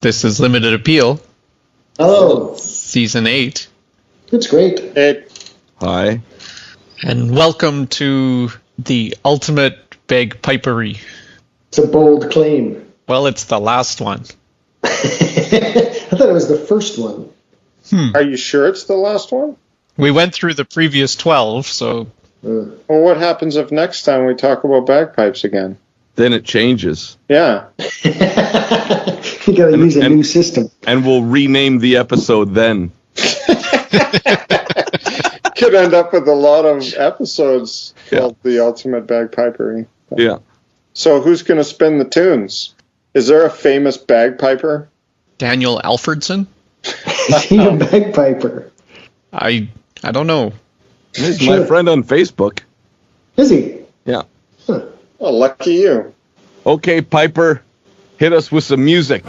This is Limited Appeal, Hello. Season 8. It's Oh, great. It, Hi. And welcome to the ultimate bagpipery. It's a bold claim. Well, it's the last one. I thought it was the first one. are you sure it's the last one? We went through the previous 12, so Uh, Well, what happens if next time we talk about bagpipes again? Then it changes. Yeah. you gotta use a and- new system. And we'll rename the episode then. Could end up with a lot of episodes called The Ultimate Bagpipery. Yeah. So who's going to spin the tunes? Is there a famous bagpiper? Daniel Alfredson? Is he a bagpiper? I I don't know. He's Sure. my friend on Facebook. Is he? Yeah. Huh. Oh, lucky you. Okay, Piper, hit us with some music.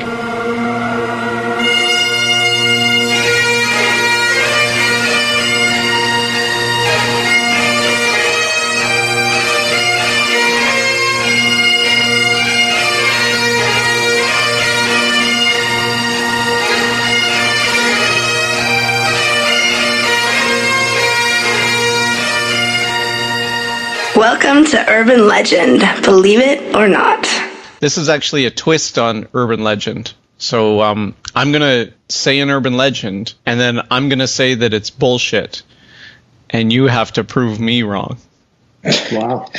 Welcome to Urban Legend, believe it or not. This is actually a twist on urban legend. So um, I'm going to say an urban legend, and then I'm going to say that it's bullshit. And you have to prove me wrong. Wow.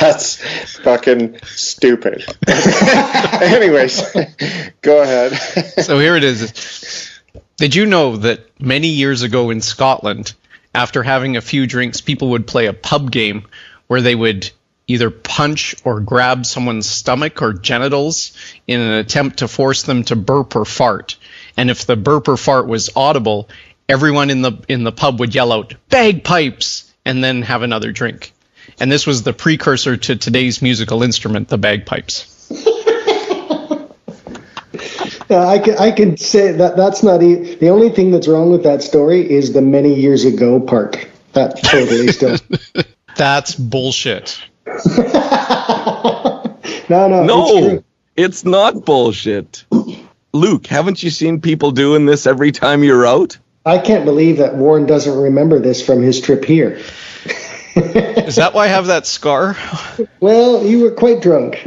That's fucking stupid. Anyways, go ahead. So here it is. Did you know that many years ago in Scotland, after having a few drinks, people would play a pub game where they would either punch or grab someone's stomach or genitals in an attempt to force them to burp or fart. And if the burp or fart was audible, everyone in the in the pub would yell out bagpipes and then have another drink. And this was the precursor to today's musical instrument, the bagpipes. Yeah, I can, I can say that that's not e- the only thing that's wrong with that story is the many years ago part. That totally still. That's bullshit. No, no. It's No, true. it's not bullshit. Luke, haven't you seen people doing this every time you're out? I can't believe that Warren doesn't remember this from his trip here. Is that why I have that scar? Well, you were quite drunk,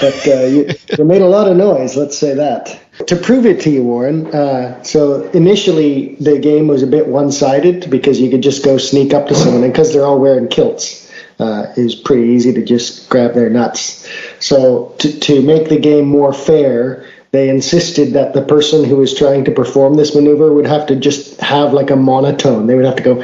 but uh, you, you made a lot of noise, let's say that. To prove it to you, Warren, uh, so initially the game was a bit one sided because you could just go sneak up to someone, and because they're all wearing kilts, uh, it was pretty easy to just grab their nuts. So, to, to make the game more fair, they insisted that the person who was trying to perform this maneuver would have to just have like a monotone. They would have to go,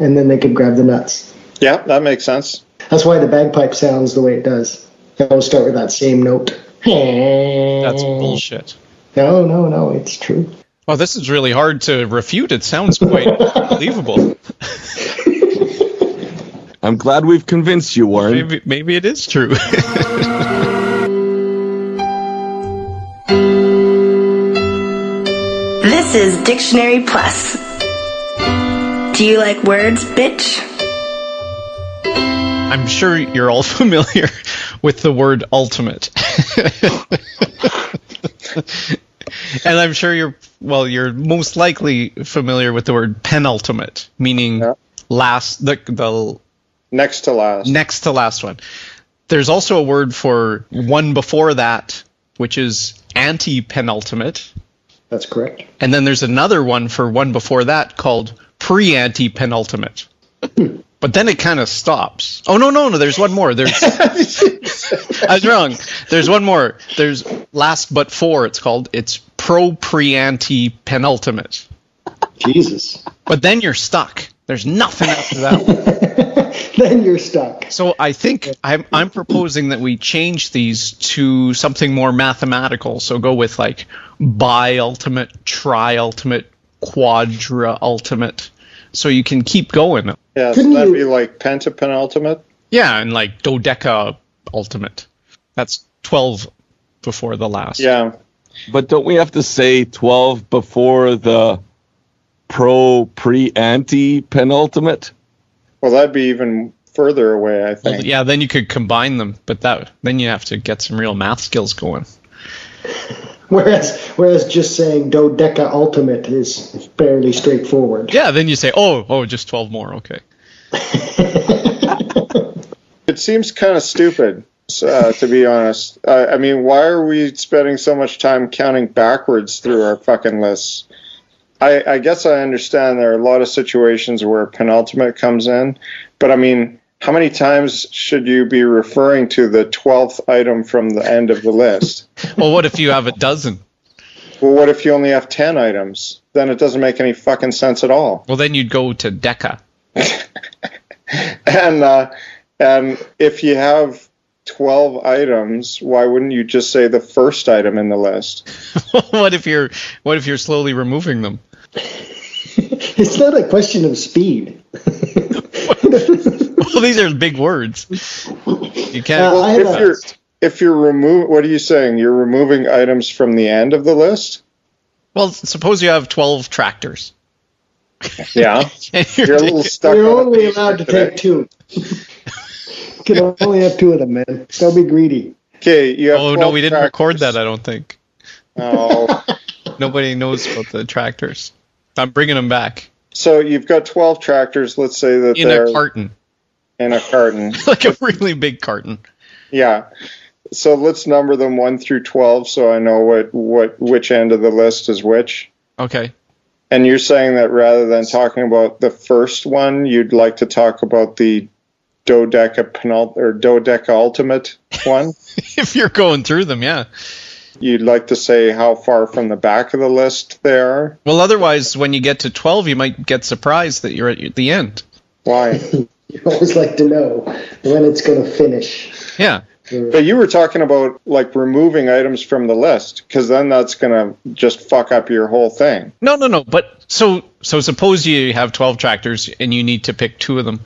and then they could grab the nuts. yeah, that makes sense. That's why the bagpipe sounds the way it does. They always start with that same note. That's That's bullshit. No, no, no, it's true. Well, this is really hard to refute. It sounds quite believable. I'm glad we've convinced you, Warren. Maybe, maybe it is true. This is Dictionary Plus. Do you like words, bitch? I'm sure you're all familiar with the word ultimate. and I'm sure you're, well, you're most likely familiar with the word penultimate, meaning Yeah. last, the, the Next to last. next to last one. There's also a word for one before that, which is anti penultimate. That's correct. And then there's another one for one before that called pre anti penultimate. But then it kind of stops. Oh no no no! There's one more. There's I was wrong. There's one more. There's last but four. It's called. It's pro pre anti penultimate. Jesus. But then you're stuck. There's nothing after that. one. Then you're stuck. So I think I'm I'm proposing that we change these to something more mathematical. So go with like bi ultimate, tri ultimate, quadra ultimate. So you can keep going. yeah, so Couldn't that'd you- be like pentapenultimate. Yeah, and like dodeca ultimate. That's twelve before the last. Yeah. But don't we have to say 12 before the pro pre anti penultimate? Well, that'd be even further away, I think. Yeah, then you could combine them, but that then you have to get some real math skills going. Whereas, whereas just saying dodeca ultimate is fairly straightforward. Yeah, then you say, oh, oh, just 12 more. Okay. It seems kind of stupid, uh, to be honest. Uh, I mean, why are we spending so much time counting backwards through our fucking lists? I, I guess I understand there are a lot of situations where penultimate comes in, but I mean, how many times should you be referring to the 12th item from the end of the list? Well, what if you have a dozen? Well, what if you only have 10 items? Then it doesn't make any fucking sense at all. Well, then you'd go to Deca. And uh, and if you have 12 items, why wouldn't you just say the first item in the list? what if you're what if you're slowly removing them? It's not a question of speed. Well, these are big words. You can't. Uh, I have if a- you're if you're remove what are you saying? You're removing items from the end of the list? well, suppose you have 12 tractors. Yeah. And You're you're a little taking- stuck. You're on a only paper allowed to today. take two. Can only have two of them, man. Don't be greedy. Okay, you have oh, no, 12 we didn't record tractors. that, I don't think. Oh. Nobody knows about the tractors. I'm bringing them back So you've got 12 tractors, let's say that in they're a carton, in a carton. like a really big carton. Yeah. So let's number them 1 through 12 so I know what, what which end of the list is which. Okay. And you're saying that rather than talking about the first one, you'd like to talk about the dodeca penult or dodeca ultimate one. If you're going through them, yeah. you'd like to say how far from the back of the list they are. Well, otherwise, when you get to 12, you might get surprised that you're at the end. Why? You always like to know when it's going to finish. Yeah. but you were talking about like removing items from the list because then that's gonna just fuck up your whole thing. No, no, no. But so so suppose you have 12 tractors and you need to pick two of them.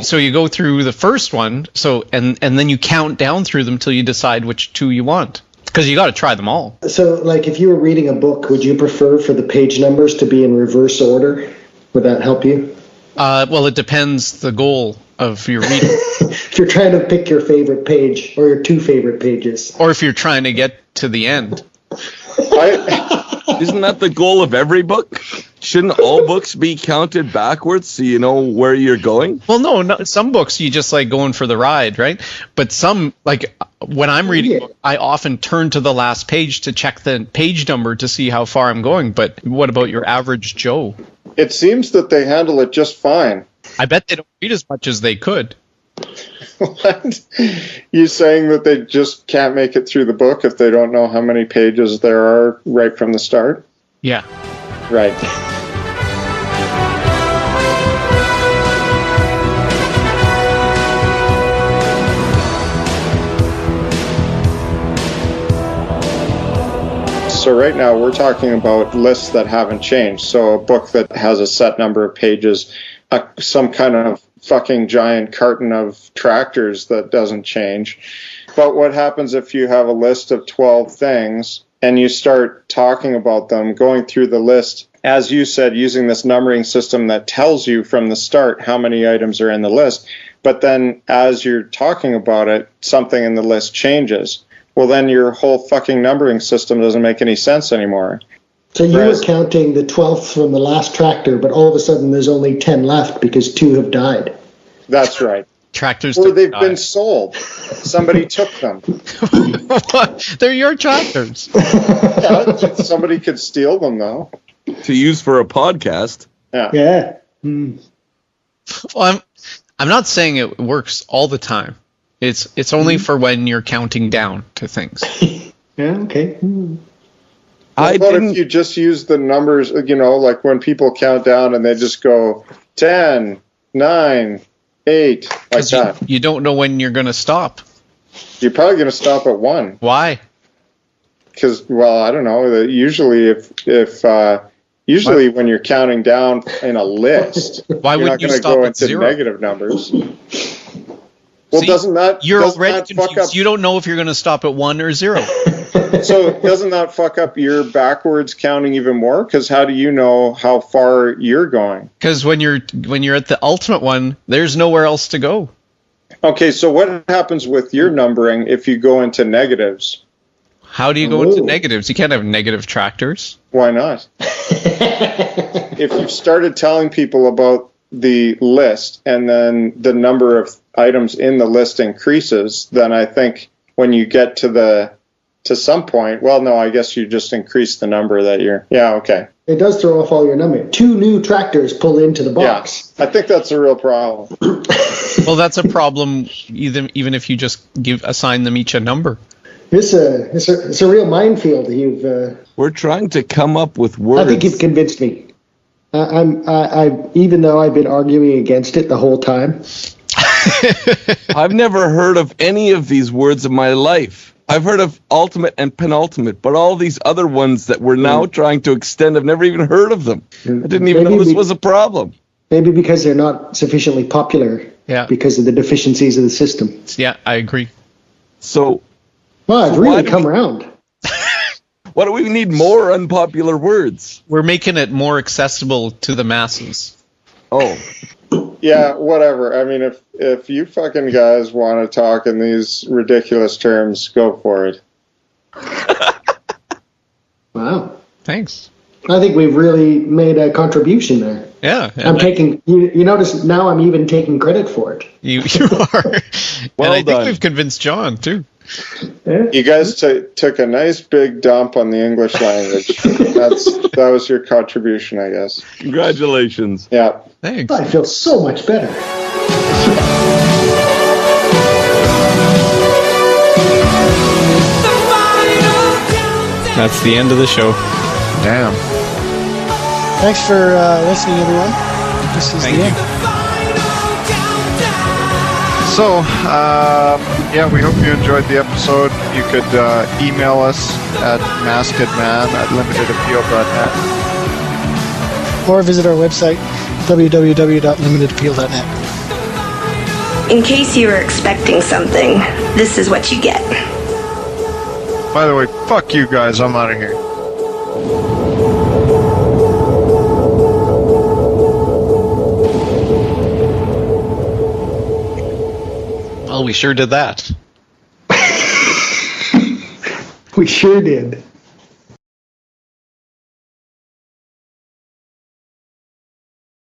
So you go through the first one, so and and then you count down through them till you decide which two you want because you got to try them all. So, like, if you were reading a book, would you prefer for the page numbers to be in reverse order? Would that help you? Uh, well, it depends the goal of your reading If you're trying to pick your favorite page or your two favorite pages, or if you're trying to get to the end. I, Isn't that the goal of every book? Shouldn't all books be counted backwards so you know where you're going? Well, no, no, some books you just like going for the ride, right? But some, like when I'm reading, Yeah. a book, I often turn to the last page to check the page number to see how far I'm going. But what about your average Joe? it seems that they handle it just fine. I bet they don't read as much as they could. What? you saying that they just can't make it through the book if they don't know how many pages there are right from the start? Yeah. Right. So right now we're talking about lists that haven't changed. So a book that has a set number of pages, a, some kind of fucking giant carton of tractors that doesn't change. But what happens if you have a list of 12 things and you start talking about them, going through the list, as you said, using this numbering system that tells you from the start how many items are in the list. But then as you're talking about it, something in the list changes. Well, then your whole fucking numbering system doesn't make any sense anymore. so you Right. were counting the twelfth from the last tractor, but all of a sudden there's only ten left because two have died. That's right. Tractors. Or don't they've die. been sold. Somebody took them. They're your tractors. Yeah, somebody could steal them, though. To use for a podcast. Yeah. Yeah. Hmm. Well, I'm, I'm not saying it works all the time. It's it's only Mm-hmm. for when you're counting down to things. Yeah. Okay. I what didn't if you just use the numbers, you know, like when people count down and they just go 10, 9, 8, like 'Cause you- that? you don't know when you're going to stop. You're probably going to stop at 1. Why? because well i don't know that usually if if uh usually when you're counting down in a list Why you're wouldn't not you going to stop go at into zero? negative numbers well See, doesn't that You're doesn't already that fuck confused. up You don't know if you're going to stop at one or zero. so doesn't that fuck up your backwards counting even more because how do you know how far you're going Because when you're when you're at the ultimate one, there's nowhere else to go. okay so what happens with your numbering if you go into negatives How do you go into Ooh. negatives? You can't have negative tractors. Why not? if you've started telling people about the list and then the number of items in the list increases, then I think when you get to the to some point, well, no, I guess you just increase the number that you're. Yeah, okay. It does throw off all your numbers. Two new tractors pull into the Yeah, box. I think that's a real problem. Well, that's a problem. Even even if you just give assign them each a number. It's a it's a uh, it's a real minefield. You've uh, We're trying to come up with I words. think you've convinced me. I, I'm I, I even though I've been arguing against it the whole time. I've never heard of any of these words in my life. I've heard of ultimate and penultimate, but all these other ones that we're now trying to extend, I've never even heard of them. I didn't even Mm. Maybe know this we- was a problem. Maybe because they're not sufficiently popular Yeah. because of the deficiencies of the system. Yeah, I agree. So, Well, I've So why really do come we- around. why do we need more unpopular words? We're making it more accessible to the masses. Oh, Yeah, whatever. I mean, if if you fucking guys want to talk in these ridiculous terms, go for it. Wow. Thanks. I think we've really made a contribution there. Yeah, and I'm I- taking you, you notice now I'm even taking credit for it. you you are. and Well I done. think we've convinced John too. You guys t- took a nice big dump on the English language. That's that was your contribution, I guess. congratulations. Yeah. Thanks. I feel so much better. That's the end of the show. Damn. Thanks for uh, listening, everyone. This is Thank the you. end. So, uh, yeah, we hope you enjoyed the episode. You could uh, email us at maskedman at limitedappeal.net. Or visit our website, www.limitedappeal.net. In case you were expecting something, this is what you get. By the way, fuck you guys. I'm out of here. Well, we sure did that. We sure did.